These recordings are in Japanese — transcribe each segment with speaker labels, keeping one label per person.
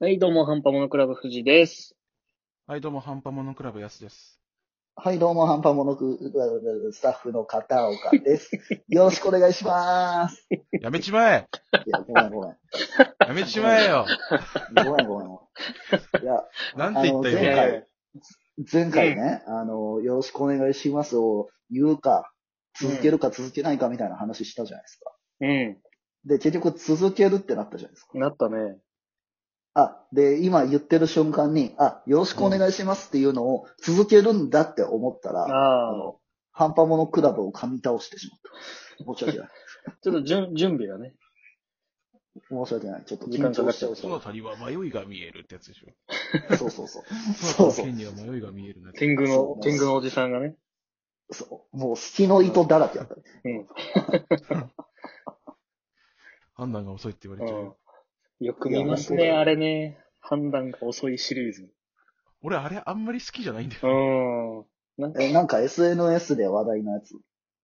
Speaker 1: はい、どうも、ハンパモノクラブ藤井です。
Speaker 2: はい、どうも、ハンパモノクラブ、やすです。
Speaker 3: はい、どうも、ハンパモノク、スタッフの片岡 です。よろしくお願いします。
Speaker 2: やめちまえ
Speaker 3: いや、ごめんごめん。
Speaker 2: やめちまえよ
Speaker 3: ごめんごめん。いや、
Speaker 2: なん
Speaker 3: あ
Speaker 2: て言
Speaker 3: の、
Speaker 2: った
Speaker 3: 前
Speaker 1: いやいや
Speaker 2: 今。
Speaker 3: 回、前回ね、あの、よろしくお願いしますを言うか、続けるか続けないかみたいな話したじゃないですか。
Speaker 1: うん。
Speaker 3: で、結局続けるってなったじゃないですか。
Speaker 1: なったね。
Speaker 3: あ、で、今言ってる瞬間に、あ、よろしくお願いしますっていうのを続けるんだって思ったら、あ
Speaker 1: ああ。
Speaker 3: の、ハンパモノクラブを噛み倒してしまった。申し訳ない。
Speaker 1: ちょっと準準備がね。
Speaker 3: 申し訳ない。ちょっと
Speaker 1: 時間
Speaker 3: 緊
Speaker 1: かか
Speaker 3: 張
Speaker 1: っ
Speaker 3: し
Speaker 1: ち
Speaker 3: ち
Speaker 1: ゃ
Speaker 3: ゃ
Speaker 1: う
Speaker 3: う
Speaker 2: そのりは迷いが見えるってやつでしょ。
Speaker 3: そうそうそう。
Speaker 2: そ
Speaker 3: そう
Speaker 2: そ。
Speaker 3: うそうう
Speaker 2: には迷いが見えるなって。
Speaker 1: 天狗の
Speaker 3: そ、う
Speaker 1: 天狗のおじさんがね。
Speaker 3: そうもう隙の糸だらけだった。
Speaker 1: うん。
Speaker 2: 判断が遅いって言われちゃう
Speaker 1: う
Speaker 2: よ。
Speaker 1: ん、よく見ます
Speaker 3: い
Speaker 1: ね、
Speaker 3: や
Speaker 1: あれね。判断が遅いシリーズ。
Speaker 2: 俺、あれ、あんまり好きじゃないんだ
Speaker 1: う
Speaker 2: よ。
Speaker 1: ん。なんか、
Speaker 3: え、なんか SNS で話題のやつ。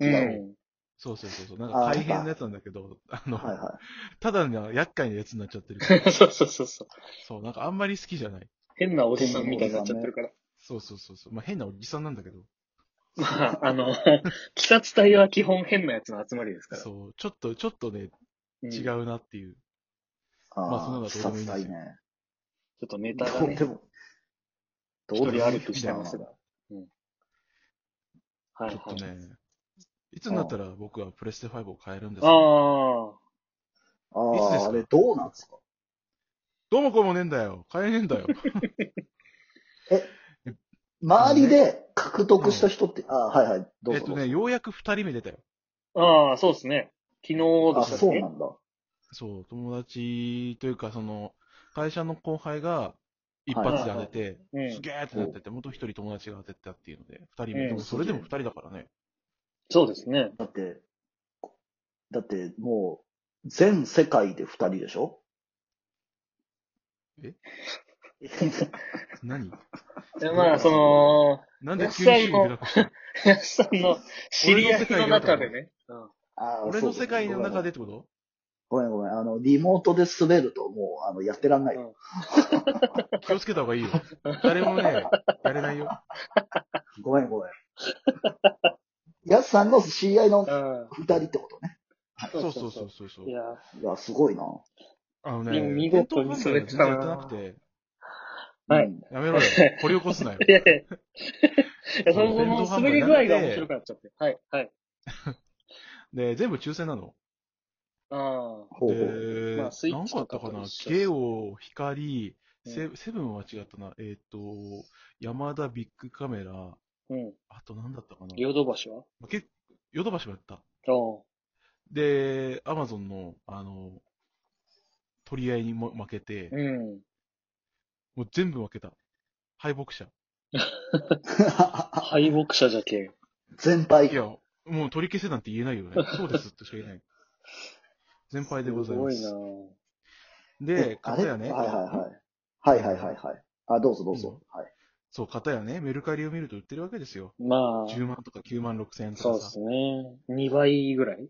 Speaker 1: うん。
Speaker 2: そうそうそう。そうなんか大変なやつなんだけど、あの、
Speaker 3: はいは
Speaker 2: ただの厄介なやつになっちゃってる から。
Speaker 1: そうそうそうそう。
Speaker 2: そう、なんかあんまり好きじゃない。
Speaker 1: 変なおじさんみたいになっちゃってるから。
Speaker 2: そうそうそうそう。まあ、変なおじさんなんだけど。
Speaker 1: まあ、あの、鬼殺隊は基本変なやつの集まりですから。
Speaker 2: そう、ちょっと、ちょっとね、
Speaker 1: うん
Speaker 2: 違
Speaker 1: ちょ
Speaker 2: うなっていう。
Speaker 3: い。
Speaker 2: まあそんなのはどうでもいいん
Speaker 3: 視
Speaker 2: ですよ
Speaker 3: 察隊ね。
Speaker 1: っとネタが
Speaker 3: どう
Speaker 1: ね
Speaker 3: で、も。
Speaker 1: 一
Speaker 3: ど
Speaker 1: 人
Speaker 3: でもい
Speaker 1: 歩
Speaker 3: い
Speaker 1: きしてますが。うん。はい
Speaker 2: ちょっと
Speaker 1: はい。
Speaker 2: ね、いつになったら僕はプレステ5を買えるんですか
Speaker 1: ああ。
Speaker 3: あ
Speaker 2: いつですか
Speaker 3: あ、あれどうなんですか
Speaker 2: どうもこうもねえんだよ。買えねえんだよ。
Speaker 3: 周りで獲得した人って、あはいはい、どう
Speaker 2: えっと
Speaker 3: ぞどうぞ。
Speaker 2: ね、ようやく二人目出たよ。
Speaker 1: ああ、そうですね。昨日で
Speaker 3: あ、
Speaker 1: したっけ
Speaker 3: そうなんだ。
Speaker 2: そう、友達というか、その、会社の後輩が一発で当てて、
Speaker 1: うん
Speaker 2: すげえってなってて、もう一人友達が当てたっていうので、二人目。
Speaker 1: うん
Speaker 2: でもそれでも二人だからね。
Speaker 1: そうですね。
Speaker 3: だって、だってもう、全世界で二人でしょ
Speaker 2: え
Speaker 3: い
Speaker 2: 何
Speaker 1: でまあ、その、
Speaker 2: なんで急に趣味暗くしたの
Speaker 1: 林さんの知り合いの中でね。
Speaker 3: や
Speaker 2: 俺の世界の中でってこと
Speaker 3: ごめんごめん。あの、リモートで滑るともう、あの、やってらんないよ。
Speaker 2: 気をつけた方が いいよ。誰もね、やれないよ。
Speaker 3: ごめんごめん。 やすさんの知り合いの
Speaker 1: うんうん
Speaker 3: 二人ってことね。
Speaker 2: そうそうそうそうそう
Speaker 1: い。や、
Speaker 3: いや、すごいな。
Speaker 2: あの
Speaker 1: いや、
Speaker 2: ね
Speaker 1: 見事に
Speaker 2: 店頭販
Speaker 1: そ
Speaker 2: 売
Speaker 1: れ
Speaker 2: が
Speaker 1: ち
Speaker 2: 全
Speaker 1: ゃ
Speaker 2: 然
Speaker 1: う
Speaker 2: や
Speaker 1: な
Speaker 2: ってなくて、
Speaker 1: はい
Speaker 3: うん。
Speaker 2: やめろよ。掘り起こすな よ。
Speaker 1: いやいやいや、その、その滑り具合が面白くなっちゃって。はい、はい。
Speaker 2: で、全部抽選なの。
Speaker 1: あ
Speaker 3: ほうほう。
Speaker 2: で、
Speaker 1: まあスイッ
Speaker 2: 何
Speaker 1: チ
Speaker 2: 個あ
Speaker 1: と
Speaker 2: っ
Speaker 1: か
Speaker 2: た
Speaker 1: と
Speaker 2: かな
Speaker 1: 一緒
Speaker 2: ゲオ、光、
Speaker 1: うん
Speaker 2: セセブンは違ったな。えっ、と、山田ビッグカメラ、
Speaker 1: あ、うん。
Speaker 2: あと何だったかな。
Speaker 1: ヨドバシは
Speaker 2: まあ、結構ヨドバシもやった。
Speaker 1: あ
Speaker 2: で、アマゾンの、あの、取り合いにも負けて
Speaker 1: あ。、うん。
Speaker 2: もう全部負けた。敗北者。
Speaker 1: 敗北者じゃけん。
Speaker 3: 全
Speaker 2: い
Speaker 3: 敗。
Speaker 2: や、もう取り消せなんて言えないよね。そうですってしか言えない。全敗でございます。
Speaker 1: す
Speaker 2: で、
Speaker 3: あ
Speaker 2: 片
Speaker 3: れ
Speaker 2: や
Speaker 3: はいはい
Speaker 2: ね、
Speaker 3: はい。はいはいはいはい。あ、どうぞどうぞ。はい。
Speaker 2: そう、片やね、メルカリを見ると売ってるわけですよ。
Speaker 1: ごいなまあ、
Speaker 2: 10万とか9万6千円と
Speaker 1: そう
Speaker 2: か
Speaker 1: で
Speaker 2: さ
Speaker 1: す。ね。2倍ぐらい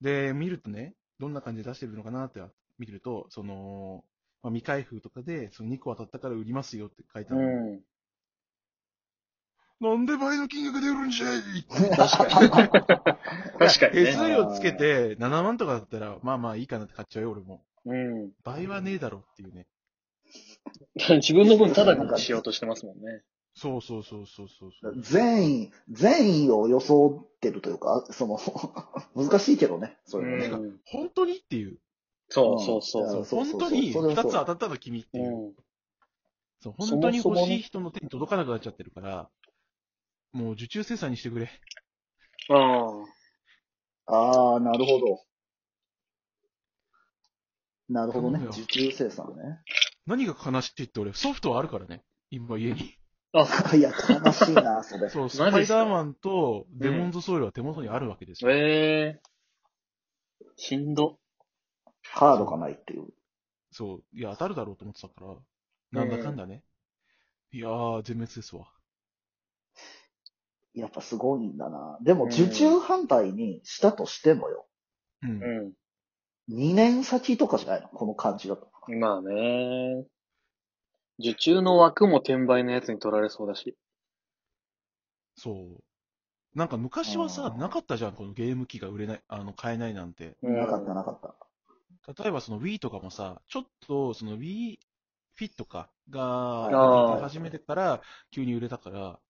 Speaker 2: で、見るとね、どんな感じで出してるのかなって見てると、その、まあ、未開封とかで、その2個当たったから売りますよって書いて
Speaker 1: う
Speaker 2: ある。
Speaker 1: ん。
Speaker 2: なんで倍の金額で売るんじゃい
Speaker 1: 確かに。確かに
Speaker 2: 手
Speaker 1: ね。
Speaker 2: 数料つけて7万とかだったら、まあまあいいかなって買っちゃうよ、俺も。
Speaker 1: うん。
Speaker 2: 倍はねえだろっていうね。
Speaker 1: 自分の分ただにしようとしてますもんね。
Speaker 2: そうそうそうそうそうそう。
Speaker 3: 善意、善意を装ってるというか、その、 難しいけどね。そうれもね。
Speaker 1: ん。
Speaker 2: 本当にっていう。
Speaker 1: そうそうそ
Speaker 3: うん
Speaker 1: う。
Speaker 2: そう、
Speaker 3: そう
Speaker 2: 本
Speaker 3: そう
Speaker 2: 当に
Speaker 3: それ
Speaker 2: 2
Speaker 3: は
Speaker 2: つ
Speaker 3: そう
Speaker 2: 当たったの君って
Speaker 1: う
Speaker 2: いう。
Speaker 1: ん。
Speaker 2: そう、
Speaker 1: そもそ
Speaker 2: 本
Speaker 1: も
Speaker 2: 当に欲
Speaker 1: ね
Speaker 2: しい人の手に届かなくなっちゃってるから、もう受注生産にしてくれ。
Speaker 1: ああ。
Speaker 3: ああ、なるほど。なるほどね。
Speaker 2: 頼むよ
Speaker 3: 受注生産ね。
Speaker 2: 何が悲しいって俺、ソフトはあるからね。今家に。
Speaker 3: いや、悲しい な、それ。
Speaker 2: そう、ス
Speaker 1: マジ
Speaker 2: パ
Speaker 1: っ
Speaker 2: イ
Speaker 1: すか
Speaker 2: ダーマンとデモンズソウルは手元にあるわけですよ。
Speaker 1: ええー。しんど。
Speaker 3: カードがないっていう。
Speaker 2: そう、いや、当たるだろうと思ってたから、なんだかんだね。いやー、全滅ですわ。
Speaker 3: やっぱすごいんだな。でも、
Speaker 1: うん
Speaker 3: 受注販売にしたとしてもよ。
Speaker 2: うん。
Speaker 1: うん。
Speaker 3: 2年先とかじゃないのこの感じだと。
Speaker 1: まあね。受注の枠も転売のやつに取られそうだし。
Speaker 2: そう。なんか昔はさ
Speaker 3: あ、ー
Speaker 2: なかったじゃん、このゲーム機が売れない、あの、買えないなんて。
Speaker 3: なかった、なかった。
Speaker 2: 例えばその Wii とかもさ、ちょっとその Wii Fit とか
Speaker 1: あ
Speaker 2: が
Speaker 1: ー
Speaker 2: 始めてから急に売れたから、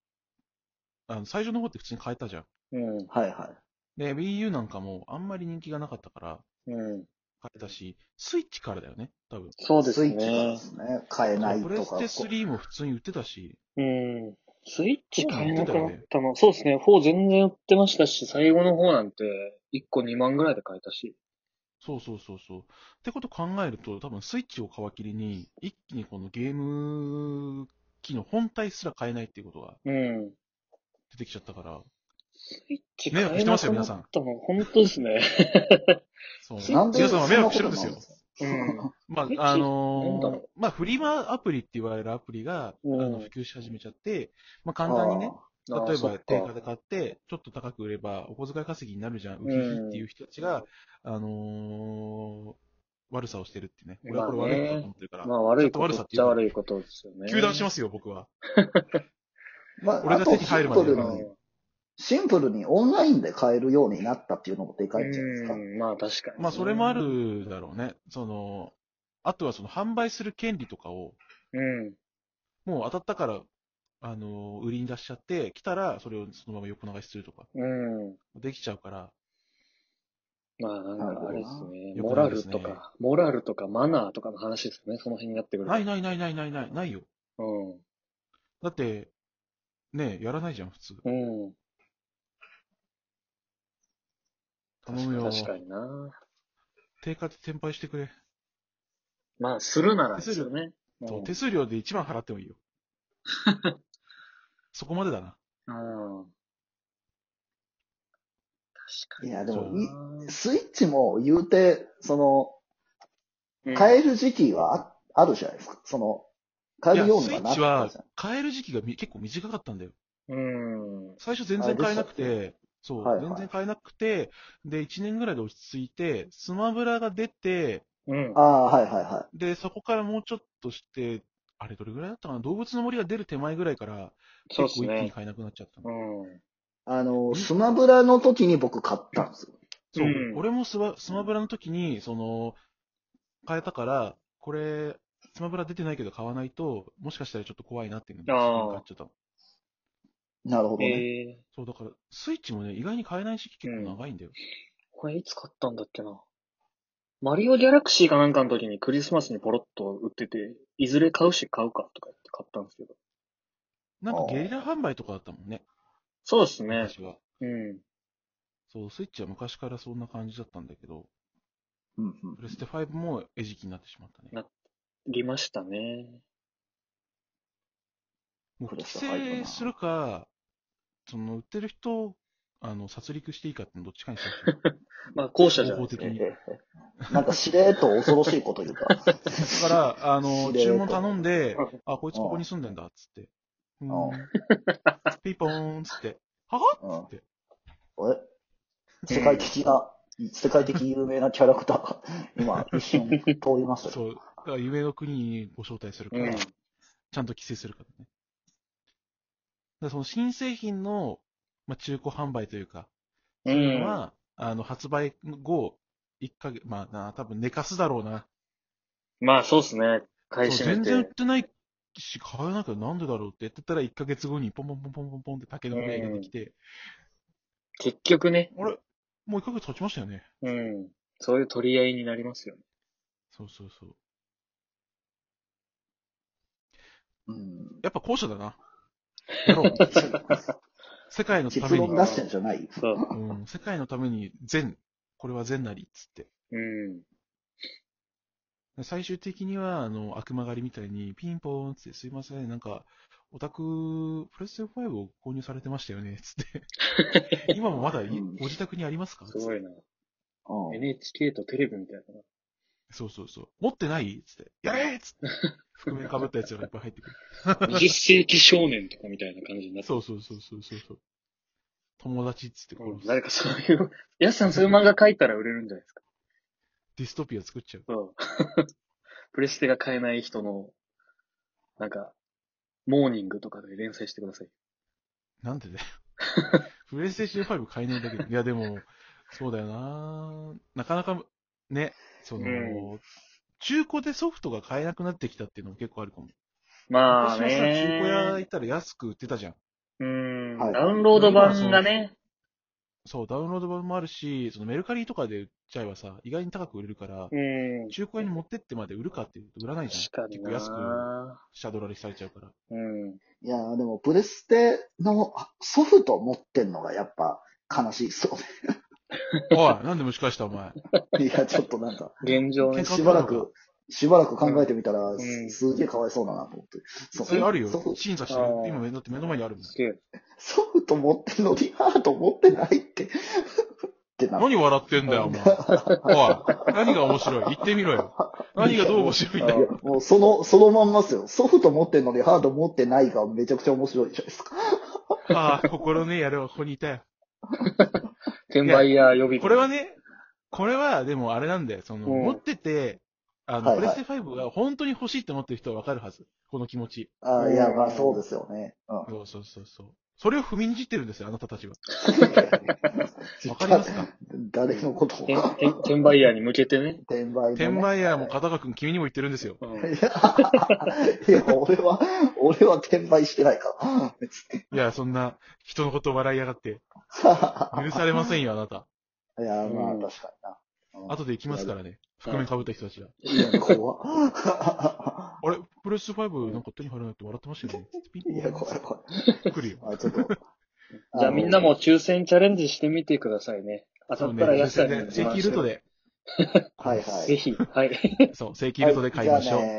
Speaker 2: あの最初の方って普通に買えたじゃん。
Speaker 1: うん。
Speaker 3: はいは
Speaker 2: で、Wii U なんかもあんまり人気がなかったから
Speaker 1: うん。
Speaker 2: 買えたし、スイッチからだよね、多分。
Speaker 1: そう
Speaker 3: い。
Speaker 1: で
Speaker 3: ス
Speaker 1: す
Speaker 3: イッチからで
Speaker 1: ね。
Speaker 3: すね。買えない
Speaker 2: プレ
Speaker 3: と
Speaker 2: ス
Speaker 3: か。
Speaker 2: テ3も普通に売ってたし、
Speaker 1: うん。スイッチ
Speaker 2: そうな
Speaker 1: 買
Speaker 2: ん
Speaker 1: え
Speaker 2: だ
Speaker 1: なくなったの。そうですね。4全然売ってましたし、最後の方なんて、1個2万ぐらいで買えたし。
Speaker 2: そうそうそうそう。ってこと考えると、多分スイッチを皮切りに、一気にこのゲーム機の本体すら買えないっていうことが
Speaker 1: うん。
Speaker 2: 出てきちゃったから、
Speaker 1: スイッチ
Speaker 2: 迷
Speaker 1: 買
Speaker 2: 惑し
Speaker 1: え
Speaker 2: てま
Speaker 1: な
Speaker 2: すよ
Speaker 1: くな
Speaker 2: 皆
Speaker 1: っ
Speaker 2: さ
Speaker 1: た
Speaker 2: ん
Speaker 1: の。本当ですね。
Speaker 2: そう
Speaker 1: スイッチ
Speaker 3: なんで
Speaker 2: 皆さんは迷惑して
Speaker 3: そ
Speaker 2: るん
Speaker 3: な
Speaker 2: です
Speaker 3: こと
Speaker 2: よ
Speaker 3: な。す
Speaker 1: うん。
Speaker 2: ま
Speaker 1: スイッチ
Speaker 2: あ、
Speaker 1: な
Speaker 2: あ
Speaker 1: んだ
Speaker 2: のー
Speaker 1: ろ
Speaker 2: まあ、フリマアプリって言われるアプリが、
Speaker 1: うん
Speaker 2: あの普及し始めちゃって、まあ、簡単にね、例
Speaker 1: あー
Speaker 2: え
Speaker 1: そ
Speaker 2: ば
Speaker 1: っ
Speaker 2: 定価
Speaker 1: か
Speaker 2: で買って、ちょっと高く売れば、お小遣い稼ぎになるじゃん、
Speaker 1: ん
Speaker 2: ウヒヒっていう人たちが、あのー悪さをしてるってね。俺はこれ悪いことだと思ってるから、
Speaker 1: まあ悪いこ
Speaker 2: ちょっと悪
Speaker 1: と
Speaker 2: さ
Speaker 1: っ
Speaker 2: ってい
Speaker 1: ち
Speaker 2: う
Speaker 1: ゃ
Speaker 2: か
Speaker 1: 悪いことですよね。。
Speaker 2: 糾弾しますすよ、僕は。
Speaker 3: まあ、
Speaker 2: 俺
Speaker 3: あ
Speaker 2: が
Speaker 3: と
Speaker 2: 手に
Speaker 3: シ
Speaker 2: 入
Speaker 3: ン
Speaker 2: るま
Speaker 3: プ
Speaker 2: で
Speaker 3: ル
Speaker 2: やら
Speaker 3: に、シンプルにオンラインで買えるようになったっていうのもでかいんじゃないですか
Speaker 1: う。ん、まあ確かに。
Speaker 2: まあ、それもあ。るだろうね。その、あとはその販売する権利とかを、
Speaker 1: うん。
Speaker 2: もう当たったから、あのー売りに出しちゃって、来たらそれをそのまま横流しするとか、
Speaker 1: うん。
Speaker 2: できちゃうから、
Speaker 1: まあなんかあれですね。
Speaker 2: なるほ
Speaker 1: モ
Speaker 2: ど
Speaker 1: ラ
Speaker 2: な
Speaker 1: ルとか、モラルとかマナーとかの話ですよね。その辺になってくると。
Speaker 2: ないないないないないない、ないよ。
Speaker 1: うん。
Speaker 2: だって、ねえ、やらないじゃん、普通。
Speaker 1: うん。
Speaker 2: 頼むよ。
Speaker 1: 確かにな。
Speaker 2: 定価で転売してくれ。
Speaker 1: まあ、するならですよね。
Speaker 2: そう
Speaker 1: うん
Speaker 2: 手数料で1万払っ てもいいよ。そこまでだな。
Speaker 1: うん。確かに。
Speaker 3: いやで
Speaker 2: も
Speaker 3: スイッチも言うて、その、
Speaker 1: うん
Speaker 3: 買える時期はああるじゃないですか。その、買
Speaker 2: い
Speaker 3: え
Speaker 2: や、
Speaker 3: るように
Speaker 2: スイ
Speaker 3: は
Speaker 2: ッ
Speaker 3: なっ
Speaker 2: チ
Speaker 3: た
Speaker 2: は
Speaker 3: じゃん。
Speaker 2: 買える時期がみ結構短かったんだよ。
Speaker 1: うん。
Speaker 2: 最初全然買えなく
Speaker 3: あ
Speaker 2: て、そう、
Speaker 3: はいはい
Speaker 2: 全然買えなくて、で、1年ぐらいで落ち着いて、スマブラが出て、
Speaker 1: うん。
Speaker 3: ああ、はいはいは
Speaker 2: で、そこからもうちょっとして、あれどれぐらいだったかな動物の森が出る手前ぐらいから、
Speaker 1: そう
Speaker 2: 結
Speaker 1: です
Speaker 2: 構一気に
Speaker 1: ね。
Speaker 2: 買えなくなっちゃったの
Speaker 1: うん。
Speaker 3: い。あの、スマブラの時に僕買ったんですよ。
Speaker 2: そう、
Speaker 1: うん
Speaker 2: 俺もスマスマブラの時に、その、変えたから、これ、スマブラ出てないけど買わないと、もしかしたらちょっと怖いなっていうので、
Speaker 1: あー
Speaker 2: 買っちゃったの
Speaker 3: なるほどね。
Speaker 1: えー、
Speaker 2: そう、だから、スイッチもね、意外に買えない時期結構長いんだよ。
Speaker 1: これいつ買ったんだっけな。マリオギャラクシーかなんかの時にクリスマスにポロッと売ってて、いずれ買うし買うかとか言って買ったんですけど。
Speaker 2: なんかゲリラ販売とかだったもんね、
Speaker 1: そうですね。
Speaker 2: 昔は。
Speaker 1: うん。
Speaker 2: そう、スイッチは昔からそんな感じだったんだけど、
Speaker 3: うんうん
Speaker 2: プレステ5も餌食になってしまったね。
Speaker 1: りましたね。
Speaker 2: もう
Speaker 3: プレ
Speaker 2: 規
Speaker 3: ステ5
Speaker 2: 制
Speaker 3: な
Speaker 2: するか、その、売ってる人を、あの、殺戮していいかってのどっちかにしてほしい。
Speaker 1: まあ、後者じゃない
Speaker 2: 合法
Speaker 1: です
Speaker 2: 的
Speaker 1: か。
Speaker 2: に。
Speaker 3: ええなんかしれっと恐ろしいこと言うから。
Speaker 2: だから、あの、
Speaker 3: 知り合い
Speaker 2: 注
Speaker 3: と
Speaker 2: 文頼んで
Speaker 1: うん、
Speaker 2: あ、こいつここに住んでんだ、っつって。う
Speaker 3: うん
Speaker 2: ん。ピーポーン、つって。はは
Speaker 3: うん
Speaker 2: って
Speaker 3: え世界的な、世界的有名なキャラクターが今一瞬通りましたよ。
Speaker 2: そう。だから、夢の国にご招待するか
Speaker 1: うん
Speaker 2: ら、ち。ゃんと規制するからね。だからその新製品の、まあ、中古販売というか、
Speaker 1: う
Speaker 2: っていうの
Speaker 1: ん。
Speaker 2: は、あの、発売後、一ヶ月、まあな、多分寝かすだろうな。
Speaker 1: まあ、そうですね。買い
Speaker 2: そう
Speaker 1: 占
Speaker 2: 全
Speaker 1: め。
Speaker 2: 然売っててないし、買えなきゃなんでだろうってやってたら、一ヶ月後にポンポンポンポンポンポンって竹の子が出てきて、
Speaker 1: 結局ね。
Speaker 2: あれもう一ヶ月経ちましたよね。
Speaker 1: うん。そういう取り合いになりますよね。
Speaker 2: そうそうそう。
Speaker 3: うん。
Speaker 2: やっぱ後者だな。やろう。世界のた
Speaker 3: 結
Speaker 2: めに
Speaker 3: 論、出してんじゃない
Speaker 1: そう。
Speaker 2: うん、世界のために善、これは善なり、つって。
Speaker 1: うん。
Speaker 2: 最終的には、あの、悪魔狩りみたいに、ピンポーンっつって、すいません、なんか、オタク、プレステ5を購入されてましたよね、つって。今もまだい、
Speaker 3: うん
Speaker 2: ご自宅にありますか
Speaker 1: すごいな。
Speaker 3: うん
Speaker 1: NHK とテレビみたいな。
Speaker 2: そうそうそう。持ってないつって。やれっつって。覆面被ったやつがいっぱい入ってくる。
Speaker 1: 20世紀少年とかみたいな感じになって
Speaker 2: そうそうそうそうそうそう。友達っつって、
Speaker 1: うん
Speaker 2: こう
Speaker 1: 誰かそういう、やすさんそういう漫画描いたら売れるんじゃないですか。
Speaker 2: ディストピア作っちゃう。
Speaker 1: そう。プレステが買えない人の、なんか、モーニングとかで連載してください。
Speaker 2: なんでだよ。プレイステーション5買えないんだけど。 いや、でも、そうだよななかなか、ね、その、
Speaker 1: うん
Speaker 2: 中古でソフトが買えなくなってきたっていうのも結構あるかも。
Speaker 1: まあ
Speaker 2: 昔はさ、中古屋行
Speaker 1: ね
Speaker 2: っ。たら安く売ってたじゃん。
Speaker 1: うーん、
Speaker 3: はい
Speaker 1: ダウンロード版がね。
Speaker 2: そう、ダウンロード版もあるし、そのメルカリとかで売っちゃえばさ、意外に高く売れるから
Speaker 1: う、ん。
Speaker 2: 中古屋に持ってってまで売るかっていうと売らないじ
Speaker 1: 確
Speaker 2: ゃ
Speaker 1: か
Speaker 2: ん。
Speaker 1: に
Speaker 2: 結構安く
Speaker 1: な
Speaker 2: 下取られされちゃうから。
Speaker 1: うん。
Speaker 3: いやー、でも、プレステのあソフト持ってんのがやっぱ悲しいそ
Speaker 2: おい、なんで蒸し返した お前。
Speaker 3: う。いや、ちょっとなんか、
Speaker 1: 現状ね
Speaker 2: 結。構
Speaker 3: しばらく、しばらく考えてみたら、
Speaker 1: ん
Speaker 3: すすげえかわいそうだなと思って。そ
Speaker 2: それあるよ
Speaker 3: ソフ。
Speaker 2: 審査してる
Speaker 1: あ。ー
Speaker 2: 今目だって目の前にあるんだよ
Speaker 1: すげえ。
Speaker 3: ソフト持ってんのに、ハート持ってないって。ってな
Speaker 2: 何笑ってんだよ、お前。おい、何が面白い言ってみろよ。何がどう面白いんだ
Speaker 3: い
Speaker 2: よ。
Speaker 3: やもうその、そのまんまっすよ。ソフト持ってんのにハード持ってないがめちゃくちゃ面白いじゃないですか。
Speaker 2: ああ、心ねえ野郎、ここにいたよ。
Speaker 1: 転売屋予備軍
Speaker 2: これはね、これは、でもあれなんだよ。その、
Speaker 1: うん
Speaker 2: 持ってて、あの、
Speaker 3: はい
Speaker 2: プ
Speaker 3: は
Speaker 2: レ
Speaker 3: い
Speaker 2: ステ5が本当に欲しいって思ってる人はわかるはず。この気持ち。
Speaker 3: ああ、いや、まあそうですよね。 うん。
Speaker 2: そうそうそうそう。それを踏みにじってるんですよ、あなたたちは。わかります か
Speaker 3: 誰のことを
Speaker 1: 転転転売屋に向けてね。
Speaker 3: 転売のね
Speaker 2: 転売屋も片川君、君にも言ってるんですよ。
Speaker 1: うん
Speaker 3: い や、いや俺は、俺は転売してないから。別に
Speaker 2: いや、そんな、人のこと笑いやがって、許されませんよ、あなた。
Speaker 3: いや、まあ
Speaker 1: うん
Speaker 3: 確かにな。
Speaker 2: 後で行きますからね。覆面被った人たちが。
Speaker 3: いや、怖
Speaker 2: あれ、プレステ5なんか手に入らないって笑ってました よね。ピ
Speaker 3: い。い
Speaker 2: ン
Speaker 3: や、怖い怖い。
Speaker 2: 来るよ。
Speaker 3: あ、ちょっと。
Speaker 1: じゃあみんなも抽選チャレンジしてみてくださいね。当た
Speaker 2: そう
Speaker 1: ったら
Speaker 2: ね、
Speaker 1: 安
Speaker 2: 正
Speaker 1: さん
Speaker 2: 規
Speaker 1: に
Speaker 2: ルートで、
Speaker 3: あの、はい
Speaker 1: ぜ
Speaker 3: は
Speaker 1: ひ、はい。
Speaker 2: そう、正規ルートで買いましょう。
Speaker 3: じゃあね